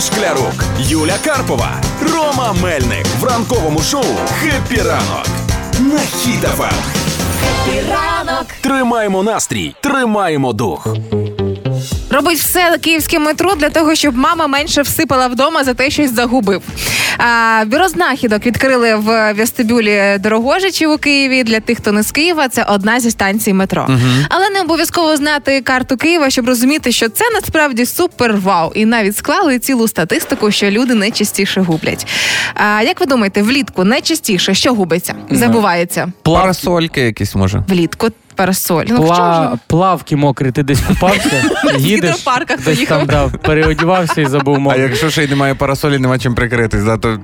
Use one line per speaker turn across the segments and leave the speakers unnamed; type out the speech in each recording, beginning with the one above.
Шклярук, Юля Карпова, Рома Мельник в ранковому шоу «Хеппі ранок» на Хітафа.
Ранок
Тримаємо настрій, тримаємо дух.
Робить все київське метро для того, щоб мама менше всипала вдома за те, щось загубив. А, бюро знахідок відкрили в вестибюлі Дорогожичів у Києві. Для тих, хто не з Києва, це одна зі станцій метро. Але не обов'язково знати карту Києва, щоб розуміти, що це насправді супер вау. І навіть склали цілу статистику, що люди найчастіше гублять. А, як ви думаєте, влітку найчастіше що губиться? Забувається
Парасольки якісь може.
влітку. Парасоль. Ну, в чому ж
Пла... Плавки мокрі, ти десь купався, їдеш,
гідропарках ти
десь
їхав.
там да, переодівався і забув
А
мову.
якщо ще й немає парасолі, нема чим прикритись, да, то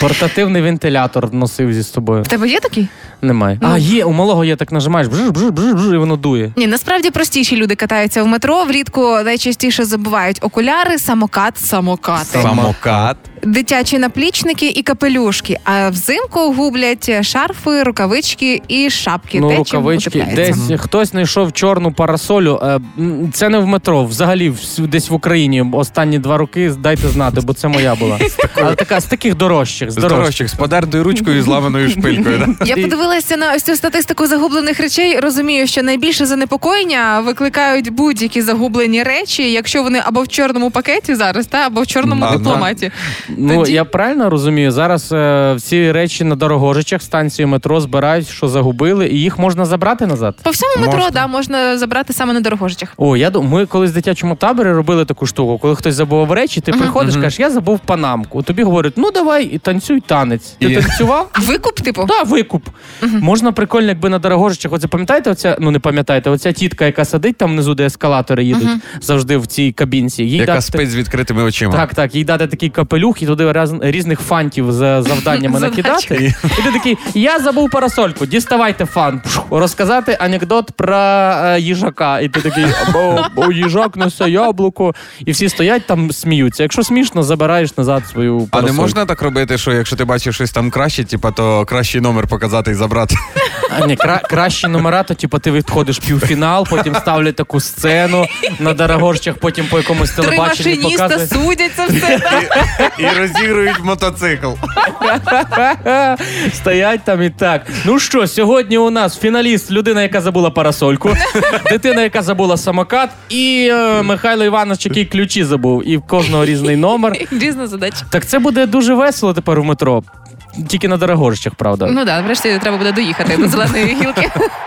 Портативний вентилятор носив зі собою.
в тебе є такий?
Немає.
Ну.
А, є, у малого є так нажимаєш, бжж, бжж, бжж, бжж, і воно дує.
Ні, насправді простіші люди катаються в метро. Влітку найчастіше забувають окуляри, самокат, самокати,
самокат.
дитячі наплічники і капелюшки. А взимку гублять шарфи, рукавички і шапки.
ну,
Те, чим
рукавички.
утепляється.
Десь хтось знайшов чорну парасолю. Е, м, Це не в метро, взагалі вс- десь в Україні останні два роки, дайте знати, бо це моя була. Але така з таких дорожчих, з
З
дорожчих.
дорожчих, з подертою ручкою і зламаною шпилькою. да.
Я подивилася на ось цю статистику загублених речей. Розумію, що найбільше занепокоєння викликають будь-які загублені речі, якщо вони або в чорному пакеті зараз, та або в чорному
Ага.
дипломаті.
Ну
Тоді-
я правильно розумію. Зараз е, всі речі на дорогожичах станції метро збирають, що загубили, і їх можна забрати назад.
По всьому метро
Можна.
да, можна забрати саме на дорогожичах.
О, я думаю, ми колись в дитячому таборі робили таку штуку. Коли хтось забував речі, ти приходиш,
Мгм.
кажеш, я забув панамку. Тобі говорять, ну давай і танцюй танець. Ти
І-
танцював?
Викуп, типу.
Та викуп. Можна прикольно, якби на дорогожичах. Оце пам'ятаєте, оця, ну не пам'ятаєте, оця тітка, яка сидить там внизу, де ескалатори їдуть завжди в цій кабінці. Їй
Яка
дати-
спить з відкритими очима.
Так, так, їй дати такий капелюх і туди раз, різних фантів з завданнями
Задачки.
накидати. І ти такий, я забув парасольку, діставайте фан. Пшу. Розказати анекдот про е, їжака. І ти такий, бо, бо їжак несе яблуко. І всі стоять там, сміються. Якщо смішно, забираєш назад свою парасольку.
А не можна так робити, що якщо ти бачиш щось там краще, типа то кращий номер показати і забрати.
А, ні, кра- кращі номера, то типу, ти відходиш півфінал, потім ставлять таку сцену на дорогорщах, потім по якомусь
Три
телебаченню
машиніста
показують.
судяться все. так?
І розігрують мотоцикл.
Стоять там і так. Ну що, сьогодні у нас фіналіст, людина, яка забула парасольку, дитина, яка забула самокат, і е, Михайло Іванович, який ключі забув, і в кожного різний номер.
Різна задача.
Так це буде дуже весело тепер в метро. Тільки на дорогожчих, правда.
Ну да, врешті треба буде доїхати до зеленої гілки.